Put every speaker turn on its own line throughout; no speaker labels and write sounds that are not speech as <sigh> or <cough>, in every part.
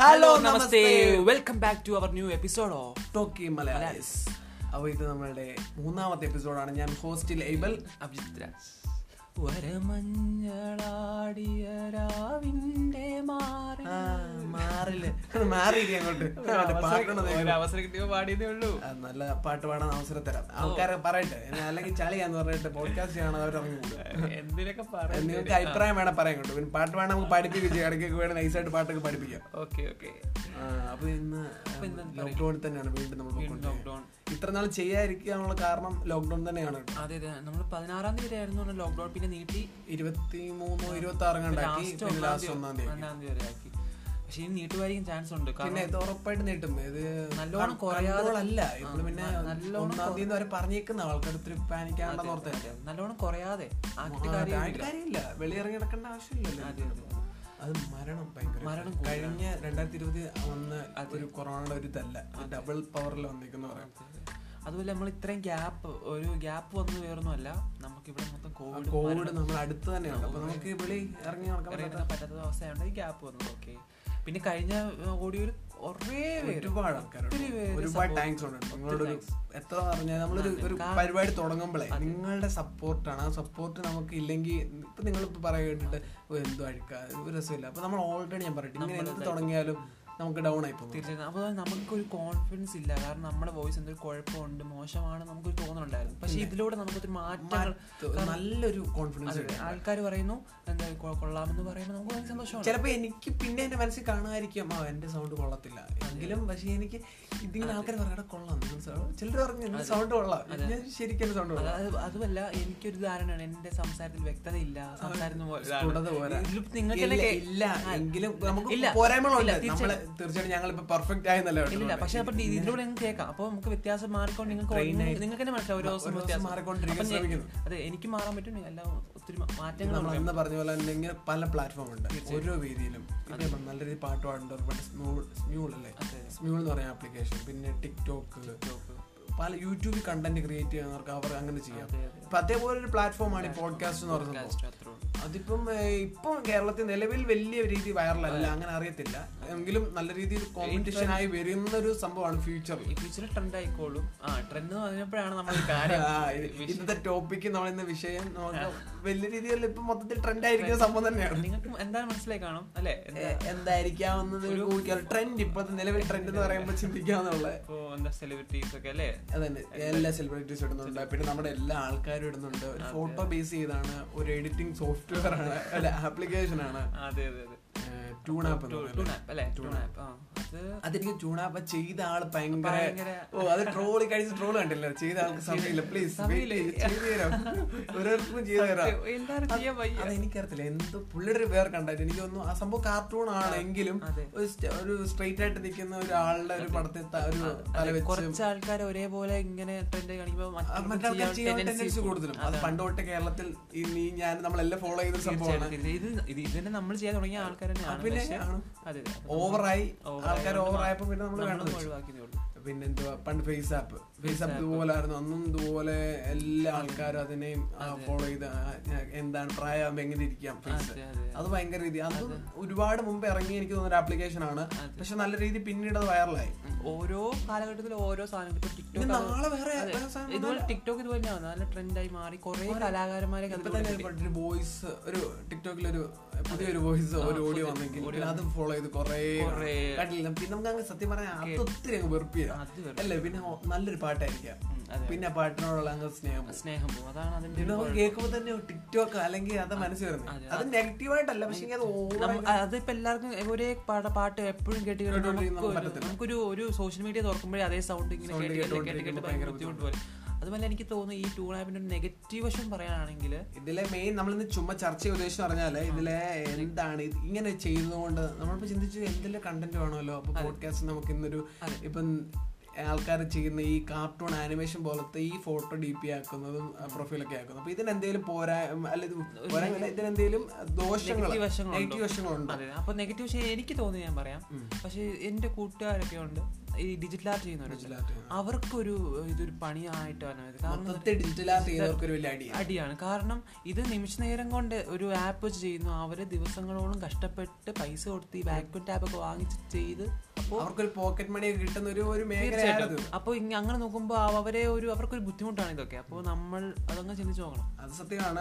Hello
hello,
നമസ്തേ
നമസ്തേ.
Welcome back to our new episode of
talkie Malayalees അപ്പോൾ ഇത് നമ്മളുടെ മൂന്നാമത്തെ എപ്പിസോഡാണ് ഞാൻ ഹോസ്റ്റിൽ ഏബൽ
അഭിജിത് രാജ് വരമഞ്ഞളാടിയ രാവിന്റെ മാറി
<laughs> മാറില്ല മാറിയില്ല അങ്ങോട്ട് പാടണത്
അവസരം കിട്ടിയോ പാടിയതേ ഉള്ളൂ
ആ, നല്ല പാട്ട് പാടാൻ അവസരം തരാം ആൾക്കാരെ പറയട്ടെ ഞാൻ അല്ലെങ്കിൽ ചളിയാന്ന് പറഞ്ഞിട്ട് പോഡ്കാസ്റ്റ് ചെയ്യണം അവർ ഇറങ്ങി കൂടും
എന്തിനൊക്കെ
നിങ്ങൾക്ക് അഭിപ്രായം വേണം പറയാൻ കേട്ടോ പിന്നെ പാട്ട് വേണം നമുക്ക് പഠിപ്പിക്കും ചെയ്യാം ഇടയ്ക്കൊക്കെ വേണം നൈസായിട്ട് പാട്ടൊക്കെ പഠിപ്പിക്കാം
ഓക്കെ ഓക്കെ
ആ, അപ്പൊ ഇന്ന് ലോക്ക്ഡൌണിൽ തന്നെയാണ് വീണ്ടും നമ്മൾ പോയിക്കൊണ്ടിരിക്കുന്നത്.
ലോക്ക്ഡൌൺ
ഇത്ര നാൾ ചെയ്യാതിരിക്കാനുള്ള കാരണം ലോക്ക്ഡൌൺ തന്നെയാണ് കേട്ടോ
അതെ അതെ നമ്മൾ പതിനാറാം തീയതി വരെ ആയിരുന്നു ലോക്ക്ഡൌൺ പിന്നെ നീട്ടി
ഇരുപത്തി മൂന്നോ ഇരുപത്തി ആറ് കണ്ടാക്കി
ലാസ്റ്റ്
പിന്നെ
ഒന്നാം
ലാസ്റ്റ് ഒന്നാം തീയതി
ഒന്നാം തീയതി വരെ ആക്കി പക്ഷെ ഇനി നീട്ടുമായിരിക്കും ചാൻസ് ഉണ്ട്
പിന്നെ
കാരണം
ഇത് ഉറപ്പായിട്ട് നീട്ടും ഇത്
നല്ലോണം
con-
കുറയാതെ-
control അല്ല ഇപ്പോഴും പിന്നെ
നല്ലോണം
ഒന്നാം തീയതി വരെ പറഞ്ഞേക്കുന്ന ആൾക്കടുത്ത് പാനിക്കാണ്ടെന്ന് ഓർത്ത്
നല്ലോണം കുറയാതെ ആക്കിയിട്ട് കാര്യം
കാര്യമില്ല വെളിയിറങ്ങി നടക്കേണ്ട ആവശ്യമില്ലല്ലോ അത് മരണം ഭയങ്കര
മരണം
കഴിഞ്ഞ രണ്ടായിരത്തി ഇരുപത്തി ഒന്ന് ഒരു കൊറോണയുടെ ഒരു ഇതല്ല ഡബിൾ പവറിൽ വന്നിരിക്കുന്ന പറയാം
അതുപോലെ നമ്മൾ ഇത്രയും ഗ്യാപ്പ് ഒരു ഗ്യാപ്പ് വന്ന് വേറൊന്നുമല്ല നമുക്കിവിടെ മൊത്തം കോവിഡ്
കോവിഡ് നമ്മൾ അടുത്ത് തന്നെയാണ് അപ്പൊ നമുക്ക് വെളി ഇറങ്ങി നടക്കാൻ പറ്റാത്ത
പറ്റാത്ത അവസ്ഥയായതുകൊണ്ട് ഈ ഗ്യാപ്പ് വന്നു ഓക്കെ പിന്നെ കഴിഞ്ഞ ഓടിയൊരു കുറേ പേര്
ഒരുപാട് ആൾക്കാരുണ്ട് ഒരുപാട് താങ്ക്സ് ഉണ്ട് നിങ്ങളോടൊരു എത്ര പറഞ്ഞാൽ നമ്മളൊരു ഒരു പരിപാടി തുടങ്ങുമ്പോഴേ നിങ്ങളുടെ സപ്പോർട്ടാണ് ആ സപ്പോർട്ട് നമുക്ക് ഇല്ലെങ്കിൽ ഇപ്പൊ നിങ്ങൾ ഇപ്പൊ പറയാൻ കേട്ടിട്ട് "ഓ, എന്തോ അഴുക്കാ ഒരു രസമില്ല അപ്പൊ നമ്മൾ ഓൾറെഡി ഞാൻ പറയട്ടെ ഇങ്ങനെ എന്ത് തുടങ്ങിയാലും നമുക്ക് ഡൗൺ ആയി പോകും
തിരിച്ചു അപ്പോൾ നമുക്കൊരു കോൺഫിഡൻസ് ഇല്ല കാരണം നമ്മുടെ വോയിസ് എന്തൊരു കുഴപ്പമുണ്ട് മോശമാണ് നമുക്കൊരു തോന്നുന്നുണ്ടായിരുന്നു പക്ഷേ ഇതിലൂടെ നമുക്കൊരു മാറ്റങ്ങൾ
നല്ലൊരു കോൺഫിഡൻസ് കിട്ടും
ആൾക്കാർ പറയുന്നു എന്താ കൊ- കൊള്ളാമെന്ന് പറയുമ്പോൾ നമുക്ക് ഭയങ്കര സന്തോഷമാണ്
ചിലപ്പോ എനിക്ക് പിന്നെ എന്റെ മനസ്സിൽ കാണുമായിരിക്കും ആ എന്റെ സൗണ്ട് കൊള്ളത്തില്ല എങ്കിലും പക്ഷെ എനിക്ക് ഇതിങ്ങനെ ആൾക്കാർ പറയാം കൊള്ളാം ചിലർ പറഞ്ഞു എന്റെ സൗണ്ട് കൊള്ളാം ഞാൻ ശരിക്കും എന്റെ സൗണ്ട് കൊള്ളാം
അത് അതുമല്ല എനിക്കൊരു ധാരണയാണ് എന്റെ സംസാരത്തിൽ വ്യക്തത ഇല്ല സംസാരിക്കുന്ന പോലെ
തുടത് പോരാ.
ഇതിലിപ്പോ നിങ്ങൾക്ക്
ഇല്ല,
തന്നെ
ഇല്ല എങ്കിലും നമുക്ക്
ഇല്ല.
പോരായ്മകളുണ്ട്
ഇല്ല,
നമ്മള് തീർച്ചയായിട്ടും ഞങ്ങൾ ഇപ്പൊ പെർഫെക്റ്റ് ആയെന്നല്ലേ
ഇല്ല പക്ഷെ അപ്പൊ ഇത് ഇതിലൂടെ നിങ്ങൾക്ക് കേൾക്കാം അപ്പൊ നമുക്ക് വ്യത്യാസം മാറിക്കൊണ്ട് നിങ്ങൾക്ക് ഓരോ- നിങ്ങൾക്ക് തന്നെ മനസ്സിലാവും ഓരോ ദിവസം വ്യത്യാസം
മാറിക്കൊണ്ടിരിക്കാൻ
അപ്പൊ ഞാൻ-
ശ്രമിക്കുന്നു
അതെ എനിക്ക് മാറാൻ പറ്റും എല്ലാ ഒത്തിരി
ഇത്
മാറ്റങ്ങൾ
നമ്മൾ അന്ന് പറഞ്ഞ പോലെ തന്നെ ഇങ്ങനെ പല പ്ലാറ്റ്ഫോം ഉണ്ട് ഓരോ രീതിയിലും ഇപ്പൊ ഇപ്പം നല്ല രീതിയിൽ പാട്ട് പാടുന്നവർക്ക് സ്മ്യൂൾ സ്മ്യൂൾ അല്ലേ സ്മ്യൂൾ എന്ന് പറയുന്ന ആപ്ലിക്കേഷൻ പിന്നെ ടിക്ടോക്ക് പല യൂട്യൂബിൽ കണ്ടന്റ് ക്രിയേറ്റ് ചെയ്യുന്നവർക്ക് അവർ അങ്ങനെ ചെയ്യാം അപ്പൊ അതേപോലെ ഒരു പ്ലാറ്റ്ഫോമാണ് ഈ പോഡ്കാസ്റ്റ് എന്ന് പറയുന്നത്
അത്രേ ഉള്ളൂ
അതിപ്പം ഏഹ്, ഇപ്പം കേരളത്തിൽ നിലവിൽ വലിയ രീതി വൈറലല്ല അങ്ങനെ അറിയത്തില്ല എങ്കിലും നല്ല രീതിയിൽ കോമ്പറ്റീഷൻ ആയി വരുന്ന ഒരു സംഭവമാണ് ഫ്യൂച്ചറിൽ
ഈ ഫ്യൂച്ചറിൽ ട്രെൻഡ് ആയിക്കോളും ആ ട്രെൻഡ് എന്ന് പറഞ്ഞപ്പോഴാണ് നമ്മൾ
<laughs>
ഈ കാര്യം
ഇന്നത്തെ ടോപ്പിക്ക് നമ്മൾ ഇന്ന് വിഷയം നമുക്ക് വലിയ രീതിയിൽ ഇപ്പൊ മൊത്തത്തിൽ ട്രെൻഡ് ആയിരിക്കുന്ന സംഭവം തന്നെയാണ്
നിങ്ങൾക്ക് എന്തായാലും മനസ്സിലായി കാണും അല്ലേ
ഏഹ്, എന്തായിരിക്കാവുന്നത് ട്രെൻഡ് ഇപ്പോഴത്തെ നിലവിൽ ട്രെൻഡ് എന്ന് പറയുമ്പോൾ ചിന്തിക്കാന്നുള്ള
ഇപ്പോ എന്താ സെലിബ്രിറ്റീസ് ഒക്കെ അല്ലേ
അതന്നെ എല്ലാ സെലിബ്രിറ്റീസ് ഇടുന്നുണ്ട് പിന്നെ നമ്മുടെ എല്ലാ ആൾക്കാരും ഇടുന്നുണ്ട് ഒരു ഫോട്ടോ ബേസ് ചെയ്താണ് ഒരു എഡിറ്റിംഗ് സോഫ്റ്റ്വെയർ ആണ് അല്ല ആപ്ലിക്കേഷൻ ആണ്
ആ, അതെ അതെ അതെ
ടൂണാപ്പ് എന്ന് പറയുന്നത്.
ടൂണാപ്പ് അല്ലേ ടൂണാപ്പ് ആ അത്
അതെനിക്ക് ചൂണാപ്പ ചെയ്ത ആള് ഭയങ്കര
ഭയങ്കര
ഓ അത് ട്രോള് കഴിച്ച് ട്രോള് കണ്ടില്ല ചെയ്ത ആൾക്ക് സമയമില്ല പ്ലീസ് ചെയ്തു <laughs> തരാം ഓരോരുത്തർക്കും ചെയ്തു തരാം
എല്ലാവരും ചെയ്യാൻ വയ്യ
അത് എനിക്കറിയത്തില്ല എന്ത് പുള്ളിയുടെ ഒരു വേറെ കണ്ടായിട്ട് എനിക്ക് തോന്നുന്നു ആ സംഭവം കാർട്ടൂൺ ആണെങ്കിലും
അതെ.
ഒരു സ്റ്റ- ഒരു സ്ട്രെയിറ്റ് ആയിട്ട് നിൽക്കുന്ന ഒരാളുടെ ഒരു പടത്തെ ത- ഒരു തല വെച്ച്
കുറച്ച് ആൾക്കാർ ഒരേപോലെ ഇങ്ങനെ ട്രെൻഡ് കാണിക്കുമ്പോൾ
മറ്റാൾക്കാർ ചെയ്യാൻ ടെൻഡൻസി കൂടുതലും അത് പണ്ട് തൊട്ട് കേരളത്തിൽ ഈ നീ ഞാൻ നമ്മളെല്ലാം ഫോളോ ചെയ്ത സംഭവമാണ്
ഇത് ഇത് ഇതിനെ നമ്മൾ ചെയ്യാൻ തുടങ്ങിയ ആൾക്കാർ തന്നെയാണ്
പിന്നെ
പക്ഷേ-
ആണ്.
അതെ അതെ
ഓവറായി ആൾക്കാർ ഓവറായപ്പോ പിന്നെ നമ്മൾ വേണ്ടത്
ഒഴിവാക്കിയതേ ഉള്ളൂ
പിന്നെ എന്തുവാ പണ്ട് ഫേസ് ആപ്പ് ഫേസ് ആപ്പ് ഇതുപോലായിരുന്നു അന്നും ഇതുപോലെ എല്ലാ ആൾക്കാരും അതിനെയും ഫോളോ ചെയ്ത് ആ, ആ, എന്താണ് പ്രായമാകുമ്പോൾ എങ്ങനെ ഇരിക്കാം ഫേസ്
അതെ അതെ
അത് ഭയങ്കര രീതി അത് ഒരുപാട് മുമ്പ് ഇറങ്ങി എനിക്ക് തോന്നുന്ന ഒരു ആപ്ലിക്കേഷൻ ആണ് പക്ഷെ നല്ല രീതി പിന്നീട് അത് വൈറലായി
ഓരോ കാലഘട്ടത്തിൽ ഓരോ സാധനം ഇപ്പൊ
പിന്നെ
ടിക്ടോക്ക്
നാളെ വേറെ
അതെ.
വേറെ സാധനം
ഇതുപോലെ ടിക്ടോക്ക് ഇതുപോലെ തന്നെയാണ് നല്ല ട്രെൻഡായി മാറി കുറെ കലാകാരന്മാരെ
ഇപ്പൊ തന്നെ ഒരു പണ്ട് ഒരു വോയിസ് ഒരു ടിക്ടോക്കിൽ ഒരു പുതിയൊരു വോയിസ് ഒരു ഓഡിയോ വന്നെങ്കിൽ പിന്നെ അത് ഫോളോ ചെയ്ത് കുറേ
കുറേ.
കണ്ടില്ല പിന്നെ നമുക്ക് അങ്ങ് സത്യം പറഞ്ഞാൽ അത് ഒത്തിരി അങ്ങ് വെറുപ്പില്ല
അത്
അല്ലേ പിന്നെ ഓ- നല്ലൊരു പാട്ടായിരിക്കാം
അതെ
പിന്നെ ആ പാട്ടിനോടുള്ള അങ്ങ് സ്നേഹം പോകും.
സ്നേഹം പോകും അതാണ് അതിന്റെ
പിന്നെ നമുക്ക് കേൾക്കുമ്പോ തന്നെ ടിക്ടോക്ക് അല്ലെങ്കിൽ അത് മനസ്സിൽ വരുന്നത് അത് നെഗറ്റീവായിട്ടല്ല പക്ഷെ അത് over
നമ്മ- അതിപ്പോ എല്ലാവർക്കും ഒരേ പാട- പാട്ട് എപ്പോഴും കേട്ട് കേട്ട് നമുക്ക് ഒരു- നമുക്കൊരു ഒരു സോഷ്യൽ മീഡിയ തുറക്കുമ്പോഴേ അതേ സൗണ്ട് ഇങ്ങനെ കേട്ട് കേട്ട് കേട്ട് കേട്ട് ഭയങ്കര ബുദ്ധിമുട്ട് പോലെ അതുപോലെ എനിക്ക് തോന്നുന്നു ഈ ടൂൾ ആപ്പിന്റെ ഒരു നെഗറ്റീവ് വശം പറയുകയാണെങ്കിൽ
ഇതിലെ മെയിൻ നമ്മളിന്ന് ചുമ്മാ ചർച്ച ചെയ്ത ഉദ്ദേശം പറഞ്ഞാല് ഇതിലെ എന്താണ് ഇത് ഇങ്ങനെ ചെയ്യുന്നതുകൊണ്ട് നമ്മളിപ്പോ ചിന്തിച്ചു എന്തെല്ലാം കണ്ടന്റ് വേണമല്ലോ അപ്പൊ പോഡ്കാസ്റ്റ് നമുക്ക് ഇന്നൊരു ഇപ്പം ആൾക്കാർ ചെയ്യുന്ന ഈ കാർട്ടൂൺ ആനിമേഷൻ പോലത്തെ ഈ ഫോട്ടോ ഡി പി ആക്കുന്നതും പ്രൊഫൈലൊക്കെ ആക്കുന്നതും അപ്പൊ ഇതിനെന്തേലും പോരാ അല്ല ഇത് പോരായ്മ അല്ല, ഇതിനെന്തേലും ദോഷങ്ങൾ
നെഗറ്റീവ് വശങ്ങളുണ്ടോ
നെഗറ്റീവ് വശങ്ങളുണ്ട്
അതെ അപ്പൊ നെഗറ്റീവ് വശം എനിക്ക് തോന്നി ഞാൻ പറയാം പക്ഷെ എന്റെ കൂട്ടുകാരൊക്കെ ഉണ്ട് ഈ ഡിജിറ്റൽ ആർട്ട് ചെയ്യുന്നവരുണ്ട് അവർക്കൊരു ഇതൊരു പണിയായിട്ടാണ് ഇത് കാരണം
മൊത്തത്തിൽ ഡിജിറ്റൽ ആർട്ട് ചെയ്തവർക്കൊരു വലിയ അടി
അടിയാണ് കാരണം ഇത് നിമിഷ നേരം കൊണ്ട് ഒരു ആപ്പ് വെച്ച് ചെയ്യുന്നു അവര് ദിവസങ്ങളോളം കഷ്ടപ്പെട്ട് പൈസ കൊടുത്ത് ഈ ബാക്കും ടാപ്പൊക്കെ വാങ്ങിച്ച് ചെയ്ത് അപ്പോൾ
അവർക്കൊരു പോക്കറ്റ് മണി കിട്ടുന്ന ഒരു ഒരു മേഖലയാണത്
തീർച്ചയായിട്ടും അപ്പോൾ ഇങ്ങ- അങ്ങനെ നോക്കുമ്പോൾ അവരെ ഒരു അവർക്കൊരു ബുദ്ധിമുട്ടാണ് ഇതൊക്കെ അപ്പോൾ നമ്മൾ അതങ്ങ് ചിന്തിച്ച് നോക്കണം
അത് സത്യമാണ്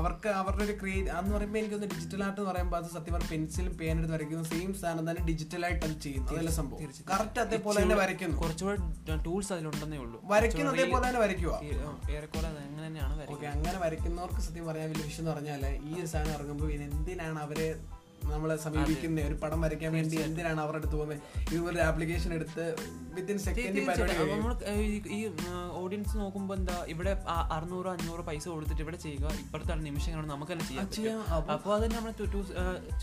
അവർക്ക് അവരുടെ ഒരു ക്രിയേറ്റ് അന്ന് പറയുമ്പോൾ എനിക്കൊന്ന് ഡിജിറ്റൽ ആർട്ട് എന്ന് പറയുമ്പോൾ അത് സത്യം പറഞ്ഞാൽ പെൻസിലും പേൻ എടുത്ത് വരയ്ക്കുന്ന സെയിം സാധനം തന്നെ ഡിജിറ്റൽ ആയിട്ട് അത് ചെയ്യുന്നു അതല്ല സംഭവം കറക്റ്റ് അതേപോലെ തന്നെ വരയ്ക്കുന്നു
കുറച്ചുകൂടെ ടൂൾസ് അതിലുണ്ടെന്നേ ഉള്ളൂ
വരയ്ക്കുന്ന അതേപോലെ തന്നെ വരയ്ക്കുക
ഈ, ആ, ഏറെക്കുറെ അത് അങ്ങനെ തന്നെയാണ് വരയ്ക്കുന്നത്
ഓക്കെ അങ്ങനെ വരയ്ക്കുന്നവർക്ക് സത്യം പറയാൻ വലിയ വിഷയം എന്ന് പറഞ്ഞാല് ഈ ഒരു സാധനം ഇറങ്ങുമ്പോൾ പിന്നെ എന്തിനാണ് അവരെ നമ്മളെ സമീപിക്കുന്നത് ഒരു പടം വരയ്ക്കാൻ വേണ്ടി എന്തിനാണ് അവരുടെ അടുത്ത് പോകുന്നത് ഇതുപോലെ ആപ്ലിക്കേഷൻ എടുത്ത് വിത്തിൻ സെക്കൻഡ് പരിപാടി
അപ്പൊ നമ്മൾ ഈ- ഈ ഓഡിയൻസ് നോക്കുമ്പോൾ എന്താ ഇവിടെ ആ അറുന്നൂറോ അഞ്ഞൂറോ പൈസ കൊടുത്തിട്ട് ഇവിടെ ചെയ്യുക ഇപ്പോഴത്തെ നിമിഷങ്ങൾ നമുക്ക് തന്നെ ചെയ്യാൻ പറ്റും.
ചെയ്യാം. അപ്പൊ
അപ്പോൾ അത് നമ്മൾ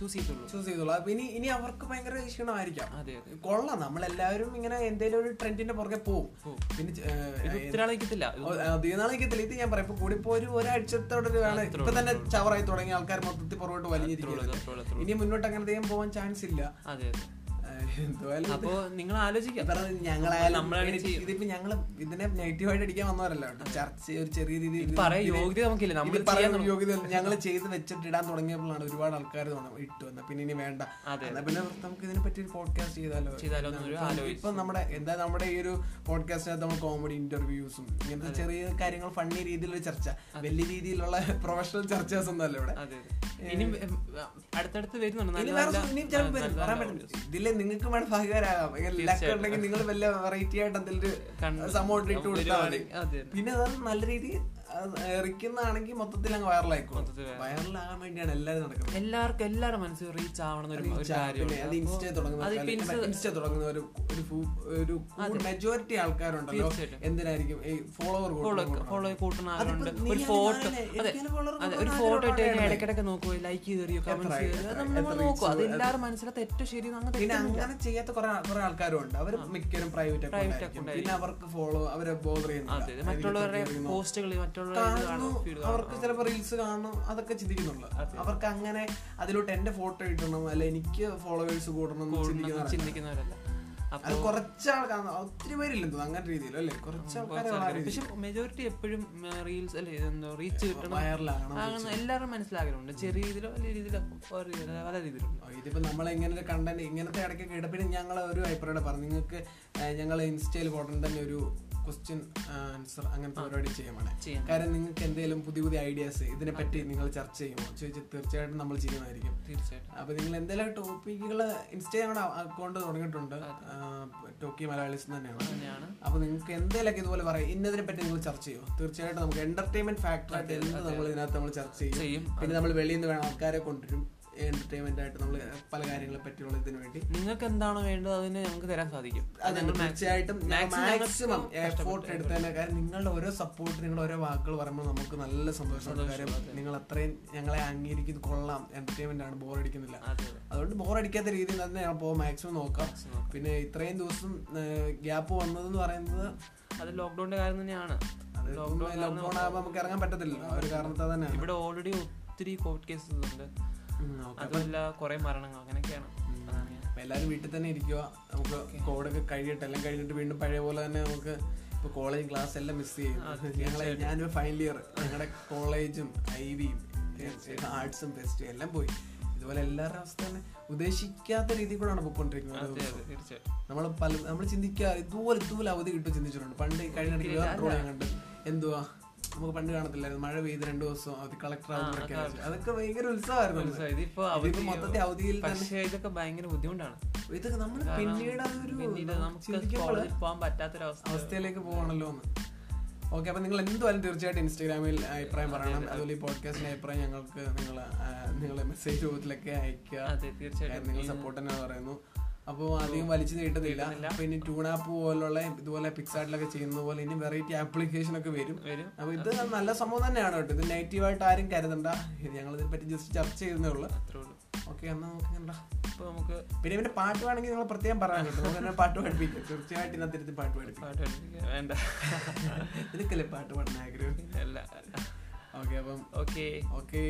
ചൂസ് ചെയ്തുള്ളൂ
ചൂസ് ചെയ്തോളൂ അപ്പൊ ഇനി ഇനി അവർക്ക് ഭയങ്കര ക്ഷീണമായിരിക്കാം
അതെ അതെ
കൊള്ളാം നമ്മളെല്ലാവരും ഇങ്ങനെ എന്തേലും ഒരു ട്രെൻഡിന്റെ പുറകെ പോകും
പോവും.
പിന്നെ
ഇത് ഒത്തിരാളിക്കത്തില്ല
ദീനാളിക്കത്തില്ല ഇത് ഞാൻ പറയാം ഇപ്പൊ കൂടിപ്പോ ഒരു ഒരാഴ്ചത്തോടെ ഒരു വേള ഇപ്പൊ തന്നെ ചവറായി തുടങ്ങി ആൾക്കാർ മൊത്തത്തിൽ പുറകോട്ട് വലിഞ്ഞിരിക്കുന്നത് ഇനി മുന്നോട്ട് അങ്ങനെ അധികം പോകാൻ ചാൻസ് ഇല്ല
അതെ അതെ
ഏഹ് എന്തുവായാലും
അപ്പോ നിങ്ങൾ ആലോചിക്കുക
പറഞ്ഞത് ഞങ്ങളായാലും
നമ്മളാണ്
എനിക്ക് ഇതിപ്പോ ഞങ്ങള് ഇതിനെ നെഗറ്റീവായിട്ട് അടിക്കാൻ വന്നവരല്ല കേട്ടോ. ചർച്ച ഒരു ചെറിയ രീതിയിൽ ഇത്
പറയാൻ യോഗ്യത നമുക്കില്ല നമ്മൾ
ഇത് പറയാൻ യോഗ്യത ഞങ്ങൾ ചെയ്ത് വെച്ചിട്ട് ഇടാൻ തുടങ്ങിയപ്പോഴാണ് ഒരുപാട് ആൾക്കാർ ഇട്ടു എന്നാ പിന്നെ ഇനി വേണ്ട
അതെ.
എന്നാ പിന്നെ നമുക്ക് ഇതിനെ പറ്റി ഒരു പോഡ്കാസ്റ്റ് ചെയ്താലോ
ചെയ്താലോ എന്നൊരു
ഇപ്പൊ നമ്മുടെ എന്താ നമ്മുടെ ഈ ഒരു പോഡ്കാസ്റ്റിനകത്ത് നമ്മൾ കോമഡി ഇന്റർവ്യൂസും ഇങ്ങനത്തെ ചെറിയ കാര്യങ്ങൾ ഫണ്ണി രീതിയിലുള്ള ചർച്ച വലിയ രീതിയിലുള്ള <laughs> പ്രൊഫഷണൽ ചർച്ചേഴ്സ് ഒന്നും അല്ല ഇവിടെ
അതെ അതെ ഇനി ഉം, അടുത്തടുത്ത് വരുന്നുണ്ട്
ഇനി
നല്ല
വേറെ സു- ഇനി ചിലപ്പോ വരും. പറയാൻ പറ്റില്ല. ഇതില് നിങ്ങൾക്ക് വേണം ഭാഗ്യവരാകാം ലക്ക് ഉണ്ടെങ്കിൽ നിങ്ങൾ വല്ല വെറൈറ്റി ആയിട്ട് എന്തെങ്കിലും സംഭവം ഇട്ട് കൊടുത്താൽ മതി
അതെ
പിന്നെ അത് നല്ല രീതിയിൽ എറിക്കുന്നതാണെങ്കിൽ മൊത്തത്തിൽ അങ്ങ് വൈറലായിക്കോളും
മൊത്തത്തിൽ
വൈറലാകാൻ വേണ്ടിയാണ് എല്ലാവരും നടക്കുന്നത്
എല്ലാവർക്കും എല്ലാവരുടെ മനസ്സിൽ റീച്ച് ആവണം എന്നൊരു ഒരു
പിന്നെ അത്
കാര്യമുണ്ട്
ഇൻസ്റ്റ തുടങ്ങുന്ന ഇൻസ്റ്റ തുടങ്ങുന്ന ഒരു ഒരു ഫു- ഒരു മെജോറിറ്റി ആൾക്കാരുണ്ടല്ലോ എന്തിനായിരിക്കും ഈ ഫോളോവർ
ഫോളോ കൂട്ടുന്ന ആളുണ്ട് ഒരു ഫോട്ടോ അതെ അതെ ഒരു ഫോട്ടോ ഇട്ട് കഴിഞ്ഞാൽ ഇടയ്ക്കിടയ്ക്ക് നോക്കുക ലൈക്ക് ചെയ്തറിയോ കമന്റ് ചെയ്തറിയോ അത് നമ്മൾ നോക്കുക അത് എല്ലാവരും മനസ്സിലാത്ത ഏറ്റവും ശരി അങ്ങനത്തെ
പിന്നെ അങ്ങനെ ചെയ്യാത്ത കുറെ കുറെ ആൾക്കാരും ഉണ്ട് അവർ മിക്കവരും പ്രൈവറ്റ് അക്കൗണ്ട് ആയിരിക്കും പിന്നെ അവർക്ക് ഫോളോ അവരെ ബോധർ ചെയ്യുന്നത്
അതെ മറ്റുള്ളവരുടെ പോസ്റ്റുകൾ മറ്റുള്ളവരുടെ ഇത് കാണും ഫീഡ്
അവർക്ക് ചിലപ്പോൾ റീൽസ് കാണണം അതൊക്കെ ചിന്തിക്കുന്നുള്ളു അവർക്ക് അങ്ങനെ അതിലോട്ട് എന്റെ ഫോട്ടോ ഇടണം അല്ല എനിക്ക് ഫോളോവേഴ്സ് കൂടണം എന്ന് ചിന്തിക്കുന്നവരാണ്.
ചിന്തിക്കുന്നവരല്ല അപ്പൊ
അത് കുറച്ച് ആൾക്കാർ ഒത്തിരി പേരില്ലെന്ന് അങ്ങനെ രീതിയിൽ അല്ലേ കുറച്ച് ആൾക്കാരെ
പക്ഷെ മെജോറിറ്റി എപ്പോഴും റീൽസ് അല്ലേ ഇതെന്തോ റീച്ച് കിട്ടണം
വയറിലാകണം
അങ്ങനെ എല്ലാവരും മനസ്സിലാകലുണ്ട് ചെറിയ രീതിയിലോ വലിയ രീതിയിലോ ഓരോ രീതിയിലോ പല രീതിയിലുണ്ട്
ഇതിപ്പോ നമ്മൾ ഇങ്ങനെ ഒരു കണ്ടന്റ് ഇങ്ങനത്തെ ഇടയ്ക്കൊക്കെ ഇട പിന്നെ ഞങ്ങൾ ഒരു അഭിപ്രായം പറഞ്ഞു നിങ്ങൾക്ക് ഞങ്ങൾ ഇൻസ്റ്റയിൽ പോട്ടെ തന്നെ ഒരു ക്വസ്റ്റ്യൻ ആൻസർ അങ്ങനത്തെ പരിപാടി ചെയ്യുവാണ്
ചെയ്യാം.
കാരണം നിങ്ങൾക്ക് എന്തെങ്കിലും പുതിയ പുതിയ ഐഡിയാസ് ഇതിനെ പറ്റി നിങ്ങൾ ചർച്ച ചെയ്യുമോ ചോദിച്ചാൽ തീർച്ചയായിട്ടും നമ്മൾ ചെയ്യുന്നതായിരിക്കും
തീർച്ചയായിട്ടും
അപ്പൊ നിങ്ങൾ എന്തെല്ലാം ടോപ്പിക്കുകൾ ഇൻസ്റ്റഗ്രാമിൽ അക്കൗണ്ട് തുടങ്ങിയിട്ടുണ്ട് ടോക്കി മലയാളീസ് തന്നെയാണ്
അങ്ങനെയാണ്
അപ്പൊ നിങ്ങൾക്ക് എന്തെങ്കിലുമൊക്കെ ഇതുപോലെ പറയും ഇന്നതിനെ പറ്റി നിങ്ങൾ ചർച്ച ചെയ്യും തീർച്ചയായിട്ടും നമുക്ക് എന്റർടൈൻമെന്റ് ഫാക്ടർ ആയിട്ട് എന്ത് നമ്മൾ ഇതിനകത്ത് നമ്മൾ ചർച്ച ചെയ്യും
ചെയ്യും
പിന്നെ നമ്മൾ വെളിയിൽ നിന്ന് വേണം ആൾക്കാരെ കൊണ്ടുവരും എന്റർടൈൻമെന്റ് ആയിട്ട് നമ്മൾ പല കാര്യങ്ങളെ പറ്റിയുള്ള ഇതിന് വേണ്ടി
നിങ്ങൾക്ക് എന്താണോ വേണ്ടത് അതിന് ഞങ്ങൾക്ക് തരാൻ സാധിക്കും
അത് ഞങ്ങൾ തീർച്ചയായിട്ടും മാക്സിമം എഫോർട്ട് എടുത്ത് തന്നെ കാര്യം നിങ്ങളുടെ ഓരോ സപ്പോർട്ട് നിങ്ങളുടെ ഓരോ വാക്കുകൾ പറയുമ്പോൾ നമുക്ക് നല്ല സന്തോഷമുണ്ട് കാര്യം നിങ്ങൾ അത്രയും ഞങ്ങളെ അംഗീകരിക്കുന്നത് കൊള്ളാം എന്റർടൈൻമെന്റ് ആണ് ബോർ അടിക്കുന്നില്ല
അതെ
അതുകൊണ്ട് ബോറടിക്കാത്ത രീതിയിൽ തന്നെ അപ്പോൾ മാക്സിമം നോക്കാം പിന്നെ ഇത്രയും ദിവസം ഗ്യാപ്പ് വന്നതെന്ന് പറയുന്നത്
അത് ലോക്ക്ഡൌണിന്റെ കാര്യം തന്നെയാണ്
അത് ലോക്ക്ഡൌൺ ആകുമ്പോൾ നമുക്ക് ഇറങ്ങാൻ പറ്റത്തില്ല ആ ഒരു കാരണത്താൽ തന്നെയാണ്
ഇവിടെ ഓൾറെഡി ഒത്തിരി കോവിഡ് കേസസ് ഉണ്ട് അതുമല്ല കുറെ മരണങ്ങൾ അങ്ങനെയൊക്കെയാണ് അതാണ് ഞാൻ-
അപ്പൊ എല്ലാവരും വീട്ടിൽ തന്നെ ഇരിക്കുക നമുക്ക് കോവിഡൊക്കെ കഴിയട്ടെ എല്ലാം കഴിഞ്ഞിട്ട് വീണ്ടും പഴയ പോലെ തന്നെ നമുക്ക് ഇപ്പൊ കോളേജ് ക്ലാസ് എല്ലാം മിസ് ചെയ്യും ഞങ്ങളെ ഞാനൊരു ഫൈനൽ ഇയർ ഞങ്ങളുടെ കോളേജും ഐ വിയും ആർട്സും ഫെസ്റ്റും എല്ലാം പോയി ഇതുപോലെ എല്ലാവരുടെ അവസ്ഥ തന്നെ ഉദ്ദേശിക്കാത്ത രീതിയിൽ കൂടെയാണ് പോയിക്കൊണ്ടിരിക്കുന്നത്
അതെ അതെ തീർച്ചയായിട്ടും
നമ്മൾ പല നമ്മൾ ചിന്തിക്കുക ഇതുപോലെ ഇതുപോലെ അവധി കിട്ടും ചിന്തിച്ചിട്ടുണ്ട് പണ്ട് ഈ കഴിഞ്ഞ ഇടയ്ക്ക് വേറെ ട്രോൾ ഞാൻ കണ്ട് എന്തുവാ നമുക്ക് പണ്ട് കാണത്തില്ലായിരുന്നു മഴ പെയ്ത് രണ്ടു ദിവസം അവധി കളക്ടർ ആവുന്നൊക്കെ അതൊക്കെ ഭയങ്കര ഉത്സവമായിരുന്നു
പക്ഷേ ഇതിപ്പോ അവ-
അവധി മൊത്തത്തിൽ അവധിയിൽ
പക്ഷേ ഇതൊക്കെ ഭയങ്കര ബുദ്ധിമുട്ടാണ്
ഇതൊക്കെ നമ്മൾ പിന്നീട് അതൊരു
പിന്നീട് നമുക്ക് കോളേജിൽ പോകാൻ പറ്റാത്തൊരവസ്ഥ
അവസ്ഥയിലേക്ക് പോകണല്ലോ എന്ന് ഓക്കെ അപ്പൊ നിങ്ങൾ എന്തുവായാലും തീർച്ചയായിട്ടും ഇൻസ്റ്റാഗ്രാമിൽ അഭിപ്രായം പറയണം അതുപോലെ ഈ പോഡ്കാസ്റ്റിന്റെ അഭിപ്രായം ഞങ്ങൾക്ക് നിങ്ങൾ നിങ്ങളെ മെസ്സേജ് രൂപത്തിലൊക്കെ അയക്കുക
അതെ തീർച്ചയായിട്ടും
നിങ്ങൾ സപ്പോർട്ട് തന്നെ പറയുന്നു അപ്പോൾ അധികം വലിച്ചു നീട്ടുന്നില്ല അപ്പൊ ഇനി ട്യൂൺ ആപ്പ് പോലുള്ള ഇതുപോലെ പിക്സാർട്ടിലൊക്കെ ചെയ്യുന്ന പോലെ ഇനി വെറൈറ്റി ആപ്ലിക്കേഷൻ ഒക്കെ വരും
വരും
അപ്പൊ ഇത് നല്ല സംഭവം തന്നെയാണ് കേട്ടോ ഇത് നെഗറ്റീവായിട്ട് ആരും കരുതണ്ട ഞങ്ങൾ ഇതിനെ പറ്റി ജസ്റ്റ് ചർച്ച ചെയ്യുന്നേ ഉള്ളൂ
അത്രേ ഉള്ളൂ
ഓക്കെ എന്നാൽ നമുക്ക് കണ്ടാ
ഇപ്പൊ നമുക്ക്
പിന്നെ ഇവന്റെ പാട്ട് വേണമെങ്കിൽ നിങ്ങൾ പ്രത്യേകം പറയാൻ കേട്ടോ നമുക്ക് തന്നെ പാട്ട് പഠിപ്പിക്കാം തീർച്ചയായിട്ടും ഇന്നത്തെ അടുത്ത് പാട്ട്
<laughs>
പഠിപ്പിക്കാം
പാട്ട് പഠിപ്പിക്കാൻ വേണ്ട
നിനക്കല്ലേ പാട്ട് പാടാൻ ആഗ്രഹം
അല്ല
ഓക്കെ അപ്പം
ഓക്കെ
ഓക്കെ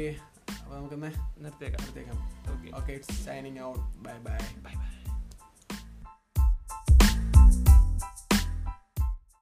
അപ്പം നമുക്കെന്നെ
നിർത്തിയേക്കാം
അടുത്തേക്കാം
okay
okay it's signing out bye bye
bye by